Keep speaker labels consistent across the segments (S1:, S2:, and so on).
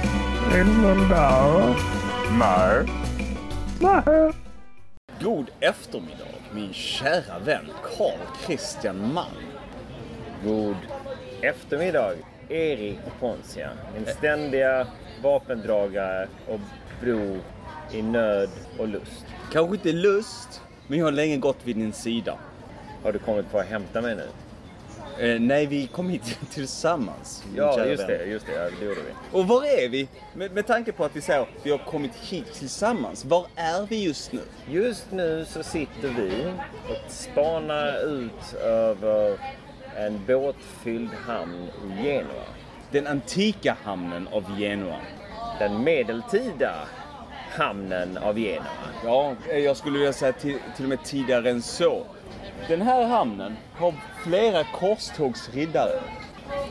S1: till den där? Nej. Nej.
S2: God eftermiddag min kära vän Carl Christian Malm.
S3: God eftermiddag, Erik Pontia.
S2: Eh,
S3: Min ständiga vapendragare och bro i nöd och lust.
S2: Kanske inte lust, men jag har länge gått vid din sida.
S3: Har du kommit för att hämta mig nu?
S2: Eh, nej, vi kom hit tillsammans. min
S3: Ja,
S2: kära
S3: just
S2: vän.
S3: det. Just det, ja, det gjorde vi.
S2: Och var är vi? Med, med tanke på att vi säger att vi har kommit hit tillsammans. Var är vi just nu?
S3: Just nu så sitter vi och spanar ut över en båtfylld hamn i Genua.
S2: Den antika hamnen av Genua.
S3: Den medeltida hamnen av Genua.
S2: Ja, eh, jag skulle vilja säga till, till och med tidigare än så. Den här hamnen har flera korstågsriddare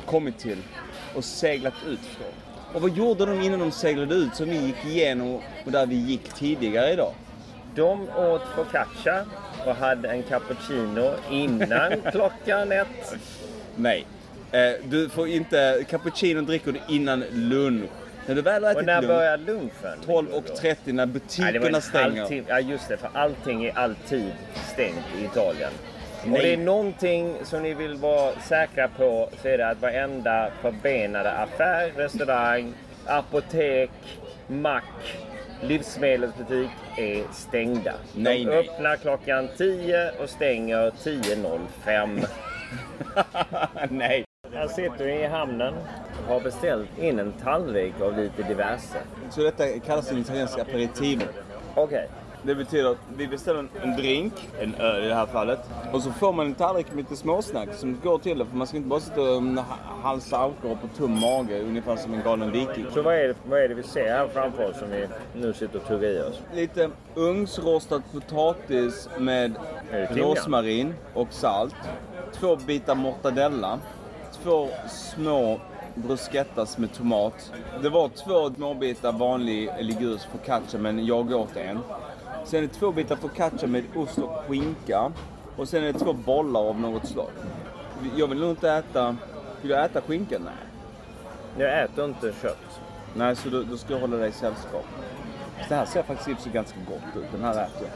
S2: kommit till och seglat ut från. Och vad gjorde de innan de seglade ut som vi gick igenom och där vi gick tidigare idag?
S3: De åt focaccia och hade en cappuccino innan klockan ett.
S2: Nej, eh, du får inte... Cappuccino dricker du innan lunch. När du väl har
S3: Och
S2: ätit
S3: när
S2: lunch,
S3: började lunchen?
S2: 12.30 när
S3: Nej, det var en
S2: butikerna stänger.
S3: halvtimme. Ja, just det. För allting är alltid stängt i Italien. Om
S2: Nej.
S3: det är någonting som ni vill vara säkra på så är det att varenda förbenade affär, restaurang, apotek, mack, livsmedelsbutik är stängda.
S2: Nej,
S3: De
S2: nej.
S3: öppnar klockan 10 och stänger 10.05.
S2: Nej.
S3: Här sitter vi i hamnen och har beställt in en tallrik av lite diverse.
S2: Så detta kallas en italiensk aperitivo.
S3: Okej.
S2: Det betyder att vi beställer en- en drink, en öl i det här fallet. Och så får man en tallrik med lite småsnack som går till det. För man ska inte bara sitta och mm, ha- halsa alkohol på tom mage ungefär som en galen viking.
S3: Så vad är, det, vad är det vi ser här framför oss som vi nu sitter och tuggar i oss?
S2: Lite ugnsrostad potatis med
S3: Är det timjan?
S2: rosmarin och salt. Två bitar mortadella. Två små bruschettas med tomat. Det var två småbitar vanlig ligurs focaccia men jag åt en. Sen är det två bitar focaccia med ost och skinka. Och sen är det två bollar av något slag. Jag vill nog inte äta... Vill jag äta skinka? Nej.
S3: Jag äter inte kött.
S2: Nej, så då, då ska jag hålla dig i sällskap. Så Det här ser faktiskt i och för sig ganska gott ut. Den här äter jag.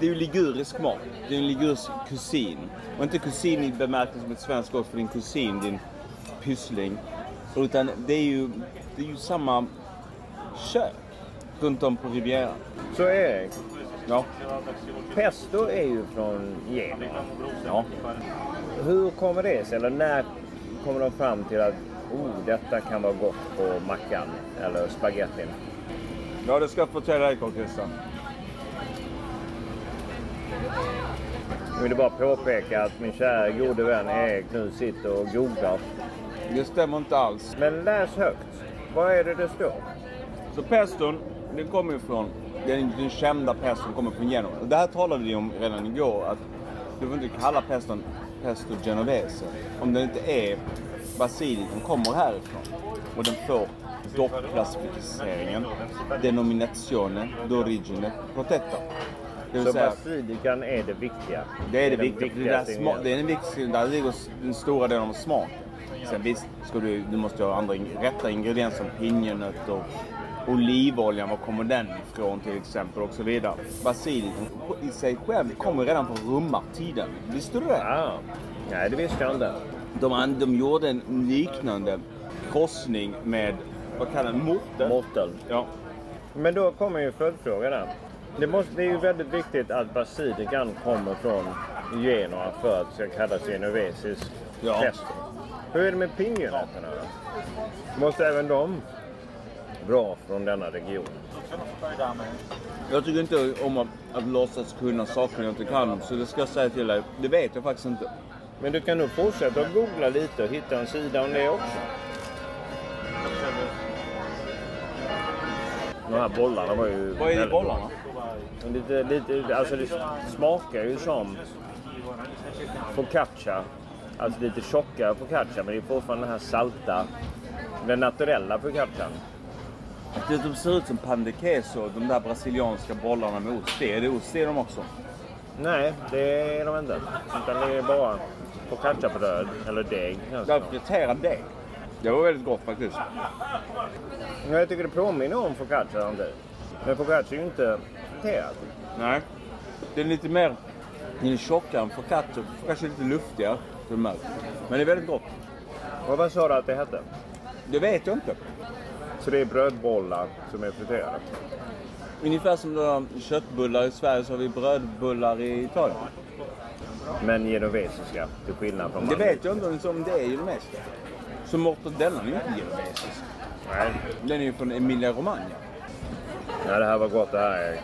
S2: Det är ju ligurisk mat. Det är en ligurisk kusin. Och inte kusin i bemärkelsen som ett svenskt ord för din kusin, din pyssling. Utan det är ju, det är ju samma kök runt om på Rivieran.
S3: Så Erik,
S2: Ja.
S3: pesto är ju från Genua.
S2: ja.
S3: Hur kommer det sig? Eller när kommer de fram till att oh, detta kan vara gott på mackan eller spagettin?
S2: Ja, det ska jag förtälla dig, Karl-Christian.
S3: Jag vill bara påpeka att min kära gode vän Erik nu sitter och googlar.
S2: Det stämmer inte alls.
S3: Men läs högt. Vad är det det står?
S2: Så peston, den kommer ju från, den, den kända peston kommer från Genova. Och Det här talade vi om redan igår, att du får inte kalla peston pesto genovese om den inte är basilikan kommer härifrån. Och den får doppklassificeringen, denominationen, d'origine, protetta. Det vill
S3: Så
S2: säga,
S3: basilikan är det viktiga.
S2: det är det
S3: den
S2: viktiga. för Det är, där
S3: viktigaste
S2: sma- det är den viktigaste, där ligger den stora delen av smaken. Sen visst, ska du, du måste ha andra ing- rätta ingredienser som pinjenötter, olivoljan, var kommer den ifrån till exempel och så vidare. Basilikan i sig själv kommer redan från romartiden. Visste du det?
S3: Ah, nej, det visste jag inte.
S2: De, an- de gjorde en liknande krossning med, vad kallar den, mortel?
S3: Morteln.
S2: Ja.
S3: Men då kommer ju följdfrågan där. Det, måste, det är ju väldigt viktigt att basilikan kommer från Genua för att det ska kallas genovesisk
S2: Ja.
S3: pesto. Hur är det med pinjenötterna då? Måste även de vara från denna region?
S2: Jag tycker inte om att, att låtsas kunna saker jag inte kan om, så det ska jag säga till dig. Det vet jag faktiskt inte.
S3: Men du kan nog fortsätta att googla lite och hitta en sida om det också. De här bollarna var ju...
S2: Vad är i
S3: väldigt
S2: bollarna?
S3: Lite, lite, alltså det smakar ju som focaccia. Alltså lite tjockare focaccia, men det är fortfarande den här salta, den naturella focaccian.
S2: Det de ser ut som pan de queso, de där brasilianska bollarna med ost. Det är det ost i dem också.
S3: Nej, det är de inte. Utan det är bara focacciabröd, eller deg.
S2: Det är friterad deg. Det var väldigt gott faktiskt.
S3: Men jag tycker det påminner om focaccia, inte? Men focaccia är ju inte friterad.
S2: Nej. Den är lite mer... Den är tjockare än focaccia. Kanske lite luftigare. till och med. Men det är väldigt gott.
S3: Och vad sa du att det hette?
S2: Det vet jag inte.
S3: Så det är brödbollar som är friterade?
S2: Ungefär som du har köttbullar i Sverige så har vi brödbullar i Italien.
S3: Men genovesiska, till skillnad från
S2: Det
S3: Malmö.
S2: vet jag inte ens om det är genomesiskt. Så mortadellan är ju inte genomesisk.
S3: Nej.
S2: Den är ju från Emilia Romagna.
S3: Nej, det här var gott det här Erik.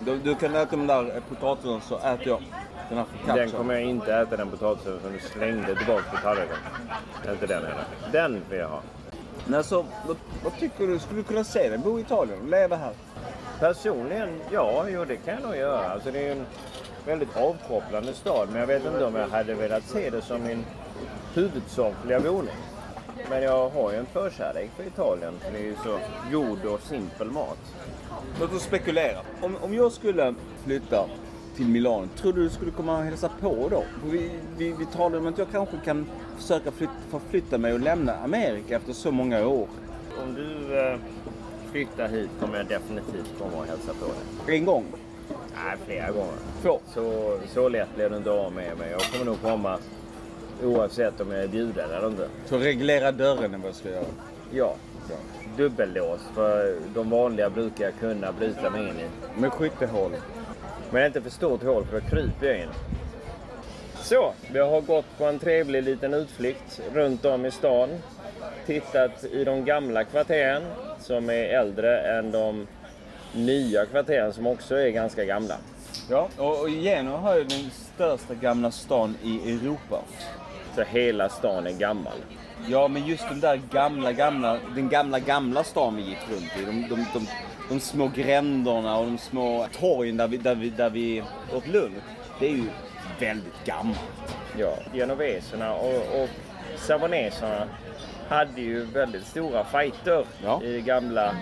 S2: Du, du kan äta de där eh, potatisarna så äter jag den här
S3: Den
S2: focaccian.
S3: kommer jag inte äta, den potatisen som du slängde tillbaka på tallriken. Inte den heller. Den vill jag ha.
S2: Nej, så, alltså, vad, vad tycker du? Skulle du kunna se dig bo i Italien och leva här?
S3: Personligen, ja, jo, det kan jag nog göra. Alltså, det är ju en väldigt avkopplande stad, men jag vet inte om jag hade velat se det som min huvudsakliga boning. Men jag har ju en förkärlek för Italien, för det är ju så god och simpel mat.
S2: Låt oss spekulera. Om, om jag skulle flytta till Milano, tror du du skulle komma och hälsa på då? För Vi, vi, vi talade om att jag kanske kan försöka flyt, förflytta mig och lämna Amerika efter så många år.
S3: Om du eh, flyttar hit kommer jag definitivt komma och hälsa på dig.
S2: En gång.
S3: Nej, flera gånger.
S2: Två.
S3: Så, så lätt blir du inte av med mig. Jag kommer nog komma oavsett om jag är bjuden eller inte.
S2: Så reglera dörren är vad jag ska göra.
S3: Ja, dubbellås för de vanliga brukar jag kunna bryta mig in i.
S2: Med skyttehål.
S3: Men inte för stort hål för då kryper jag in. Så, vi har gått på en trevlig liten utflykt runt om i stan. Tittat i de gamla kvarteren som är äldre än de nya kvarteren som också är ganska gamla.
S2: Ja, och, och Genua har ju den största gamla stan i Europa.
S3: Så hela stan är gammal.
S2: Ja, men just den där gamla, gamla, den gamla, gamla stan vi gick runt i. De, de, de, de små gränderna och de små torgen där vi, där vi, där vi åt lunch. Det är ju väldigt gammalt.
S3: Ja, genoveserna och, och savoneserna hade ju väldigt stora fighter
S2: Ja.
S3: i gamla,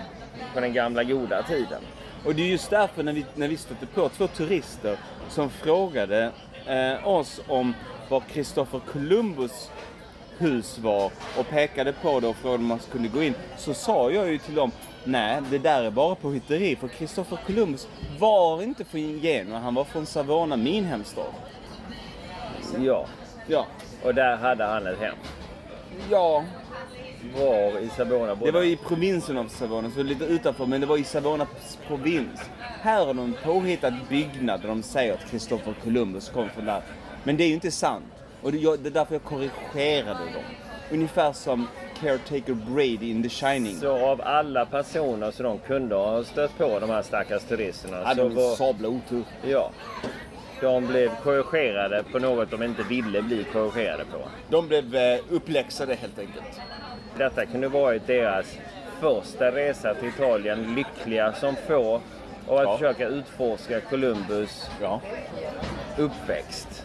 S3: på den gamla goda tiden.
S2: Och det är just därför när vi, när vi stötte på två turister som frågade eh, oss om var Kristoffer Columbus hus var och pekade på det och frågade om man kunde gå in. Så sa jag ju till dem, nej det där är bara påhitteri för Kristoffer Columbus var inte från Genua, han var från Savona, min hemstad.
S3: Ja,
S2: Ja.
S3: och där hade han ett hem.
S2: Ja.
S3: Var i Sabona bodde
S2: Det var i provinsen av Savona, så lite utanför, men det var i Savonas provins. Här har de påhittat byggnad där de säger att Kristoffer Columbus kom från där. Men det är ju inte sant. Och det, jag, det är därför jag korrigerade dem. Ungefär som Caretaker Brady in The Shining.
S3: Så av alla personer som de kunde ha stött på, de här stackars turisterna,
S2: hade
S3: så
S2: de en
S3: var...
S2: sabla otur.
S3: Ja. De blev korrigerade på något de inte ville bli korrigerade på.
S2: De blev eh, uppläxade helt enkelt.
S3: Detta kunde varit deras första resa till Italien, lyckliga som få. Och att
S2: Ja.
S3: försöka utforska Columbus
S2: Ja.
S3: uppväxt.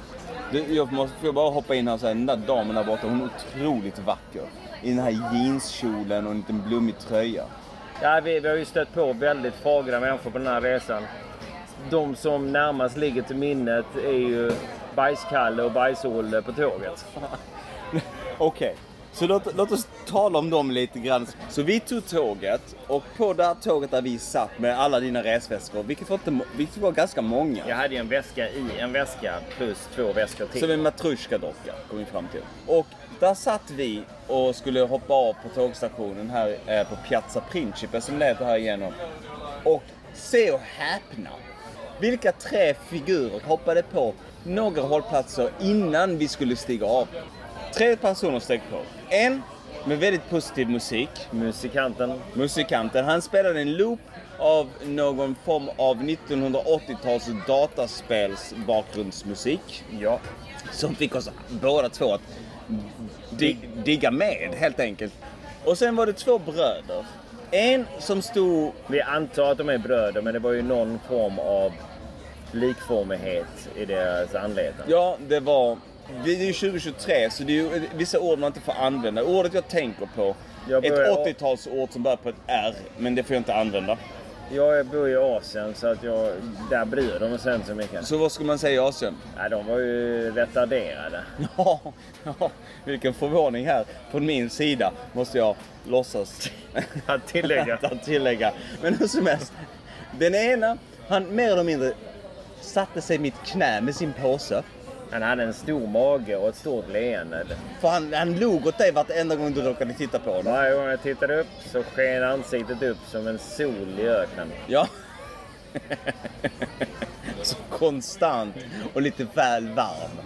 S2: Du, jag måste får jag bara hoppa in här och säga, den där damen där borta, hon är otroligt vacker. I den här jeanskjolen och en liten blommig tröja.
S3: Ja, vi, vi har ju stött på väldigt fagra människor på den här resan. De som närmast ligger till minnet är ju Bajskalle och Bajs-Olle på tåget.
S2: Okej, så låt, låt oss tala om dem lite grann. Så vi tog tåget och på det här tåget där vi satt med alla dina resväskor, vilket var, inte, må- vilket var ganska många.
S3: Jag hade ju en väska i en väska plus två väskor till.
S2: Som en matrusjkadocka kom vi fram till. Och där satt vi och skulle hoppa av på tågstationen här eh, på Piazza Principe som det heter här igenom. Och se och häpna! Vilka tre figurer hoppade på några hållplatser innan vi skulle stiga av. Tre personer steg på. En med väldigt positiv musik.
S3: Musikanten.
S2: Musikanten, han spelade en loop av någon form av 1980-tals dataspels bakgrundsmusik
S3: Ja.
S2: som fick oss båda två att dig, digga med helt enkelt. Och sen var det två bröder. En som stod...
S3: Vi antar att de är bröder, men det var ju någon form av likformighet i deras anledning.
S2: Ja, det var... Det är ju 2023 så det är ju vissa ord man inte får använda. Ordet jag tänker på,
S3: Jag börjar-
S2: ett 80-talsord som börjar på ett R, men det får jag inte använda.
S3: Jag bor i Asien så att jag, där bryr de sig inte så mycket.
S2: Så vad ska man säga i Asien?
S3: Ja, de var ju retarderade.
S2: Ja, ja, vilken förvåning här från min sida måste jag låtsas
S3: Att tillägga.
S2: att tillägga. Men hur som helst, den ena, han mer eller mindre satte sig i mitt knä med sin påse.
S3: Han hade en stor mage och ett stort leende.
S2: För han, han log åt dig vartenda gång du råkade titta på honom.
S3: Varje gång jag tittade upp så sken ansiktet upp som en sol i öknen.
S2: Ja. Så konstant och lite väl varm.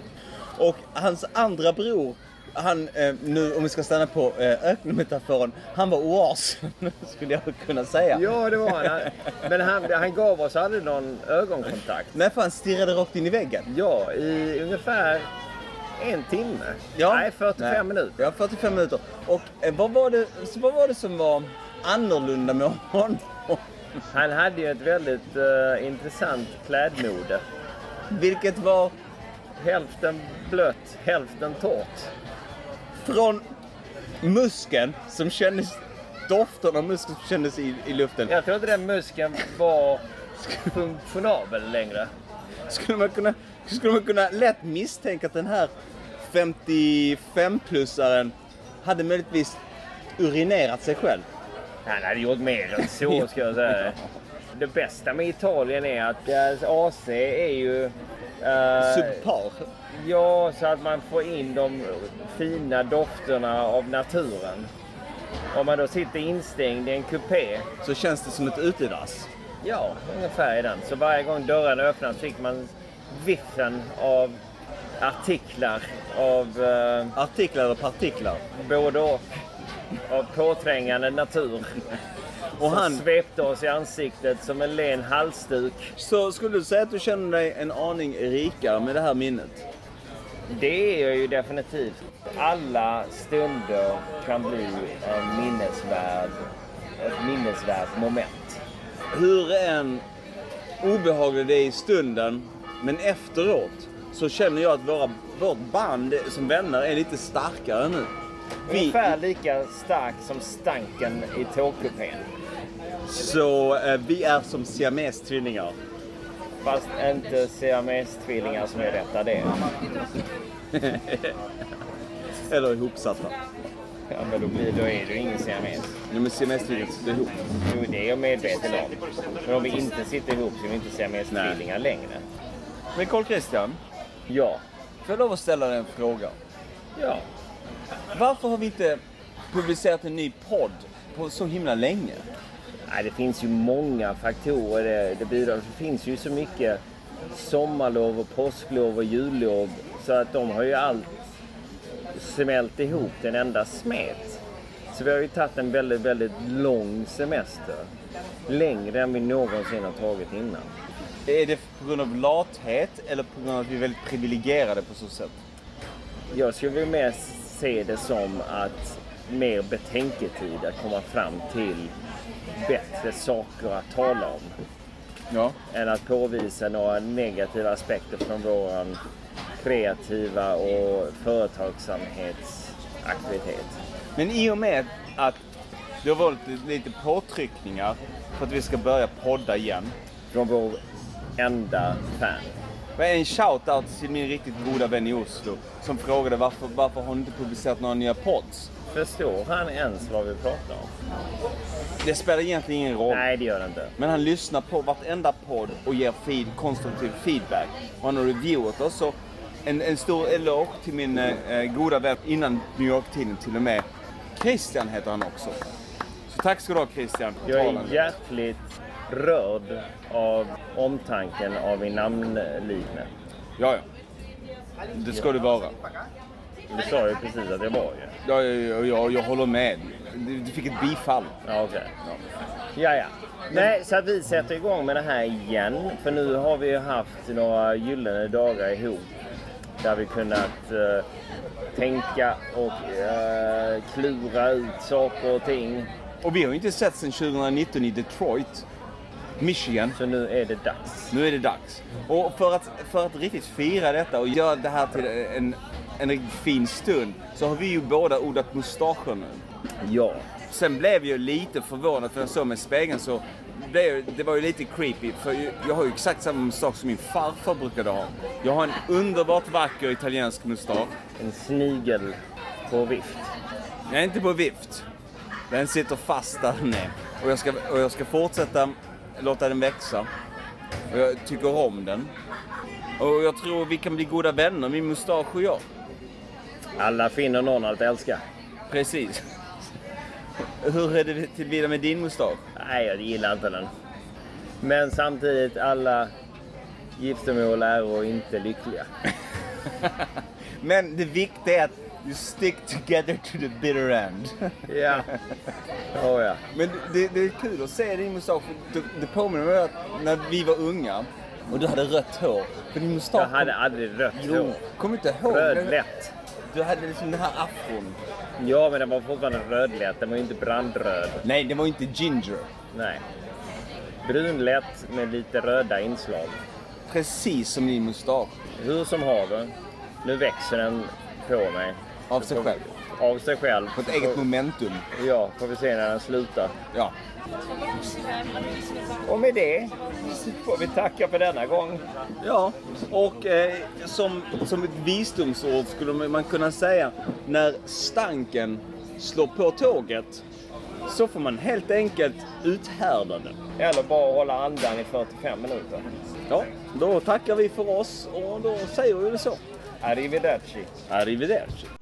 S2: Och hans andra bror, han, eh, nu om vi ska stanna på eh, ökenmetaforen, han var oasen skulle jag kunna säga.
S3: Ja, det var han. han. Men han, han gav oss aldrig någon ögonkontakt.
S2: Nej, för han stirrade rakt in i väggen.
S3: Ja, i ungefär en timme.
S2: Ja.
S3: Nej, 45
S2: Nej.
S3: minuter.
S2: Ja, 45 minuter. Och eh, vad, var det, så vad var det som var annorlunda med honom?
S3: Han hade ju ett väldigt eh, intressant klädmode.
S2: Vilket var
S3: Hälften blött, hälften torrt.
S2: från muskeln som kändes, doften av muskeln som kändes i, i luften.
S3: Jag tror inte den muskeln var funktionabel längre.
S2: skulle man kunna, skulle man kunna lätt misstänka att den här 55-plussaren hade möjligtvis urinerat sig själv.
S3: Han hade gjort mer än så ska jag säga. Det bästa med Italien är att deras AC är ju... eh,
S2: Subpar.
S3: Ja, så att man får in de fina dofterna av naturen. Om man då sitter instängd i en kupé,
S2: Så känns det som ett utedass.
S3: ja, ungefär i den. Så varje gång dörren öppnas fick man viffen av artiklar av eh,
S2: Artiklar eller partiklar.
S3: både och. Av påträngande natur.
S2: Och
S3: som
S2: han,
S3: svepte oss i ansiktet som en len halsduk.
S2: så skulle du säga att du känner dig en aning rikare med det här minnet?
S3: Det är jag ju definitivt. Alla stunder kan bli en minnesvärd, ett minnesvärt moment.
S2: Hur än obehaglig det är i stunden, men efteråt så känner jag att våra, vårt band som vänner är lite starkare nu. Vi,
S3: Ungefär lika stark som stanken i tågkupén.
S2: så eh, vi är som siamestvillingar.
S3: Fast inte siamestvillingar som är detta det.
S2: Eller ihopsatta.
S3: Ja, men då, blir, då är du ingen siames.
S2: Nej men siamestvillingar sitter ihop.
S3: Jo, det är jag medveten om. Men om vi inte sitter ihop så är vi inte siamestvillingar längre.
S2: Men Carl Christian,
S3: Ja.
S2: får jag lov att ställa dig en fråga?
S3: Ja.
S2: Varför har vi inte publicerat en ny podd på så himla länge?
S3: Nej, det finns ju många faktorer det, det bidrar. Det finns ju så mycket sommarlov och påsklov och jullov så att de har ju allt smält ihop till en enda smet. Så vi har ju tagit en väldigt, väldigt lång semester. Längre än vi någonsin har tagit innan.
S2: Är det på grund av lathet eller på grund av att vi är väldigt privilegierade på så sätt?
S3: Jag skulle väl mer se det som att mer betänketid att komma fram till bättre saker att tala om.
S2: Ja.
S3: än att påvisa några negativa aspekter från vår kreativa och företagsamhetsaktivitet.
S2: Men i och med att det har varit lite påtryckningar för att vi ska börja podda igen.
S3: Från vår enda fan.
S2: Men En shout-out till min riktigt goda vän i Oslo som frågade varför, varför har ni inte publicerat några nya pods?
S3: Förstår han ens vad vi pratar om?
S2: Det spelar egentligen ingen roll.
S3: Nej, det gör det inte.
S2: Men han lyssnar på vartenda podd och ger feed, konstruktiv feedback. Och han har reviewat oss. Så en, en stor eloge till min eh, goda vän innan New York-tiden till och med. Christian heter han också. Så tack ska du ha Christian. för
S3: Jag
S2: talen.
S3: är hjärtligt rörd av omtanken av min namnlikne.
S2: Ja, ja. Det ska du vara.
S3: Du sa ju precis att jag var ju.
S2: Jag, jag, jag, jag håller med. Du, du fick ett bifall.
S3: Ja, okej. Ja, ja. Nej, så att vi sätter igång med det här igen. För nu har vi ju haft några gyllene dagar ihop. Där vi kunnat eh, tänka och eh, klura ut saker och ting.
S2: Och vi har ju inte sett sedan 2019 i Detroit, Michigan.
S3: Så nu är det dags.
S2: Nu är det dags. Och för att, för att riktigt fira detta och göra det här till en, en riktigt fin stund så har vi ju båda odlat mustaschen nu.
S3: Ja.
S2: Sen blev jag lite förvånad för jag såg mig i spegeln så blev, det var ju lite creepy för ju- jag har ju exakt samma sak som min farfar brukade ha. Jag har en underbart vacker italiensk mustasch.
S3: En snigel på vift.
S2: Nej, inte på vift. Den sitter fast där nere. Och jag ska, och jag ska fortsätta låta den växa. Och jag tycker om den. Och jag tror vi kan bli goda vänner, min mustasch och jag.
S3: Alla finner någon att älska.
S2: Precis. Hur är det tillvida med din mustasch?
S3: Nej, jag gillar inte den. Men samtidigt, alla giftermål är och inte lyckliga.
S2: Men det viktiga är att you stick together to the bitter end.
S3: Ja. Oh, ja.
S2: Men det, det är kul att se din mustasch. för Det, det påminner mig att när vi var unga och du hade rött hår. För din mustasch...
S3: Jag hade aldrig rött
S2: Jo,
S3: hår.
S2: kom inte ihåg.
S3: Rödlätt.
S2: Du hade liksom den här afron.
S3: Ja, men den var fortfarande rödlätt. Den var ju inte brandröd.
S2: Nej, det var inte ginger.
S3: Nej. Brunlätt med lite röda inslag.
S2: Precis som din mustasch.
S3: Hur som haver, nu växer den på mig.
S2: Av sig själv.
S3: Av sig själv.
S2: På ett eget momentum.
S3: Ja, får vi se när den slutar.
S2: Ja.
S3: Och med det får vi tacka för denna gång.
S2: Ja, och eh, som, som ett visdomsord skulle man kunna säga när stanken slår på tåget så får man helt enkelt uthärda den.
S3: Eller bara hålla andan i 45 minuter.
S2: Ja, då tackar vi för oss och då säger vi väl så.
S3: Arrivederci.
S2: Arrivederci!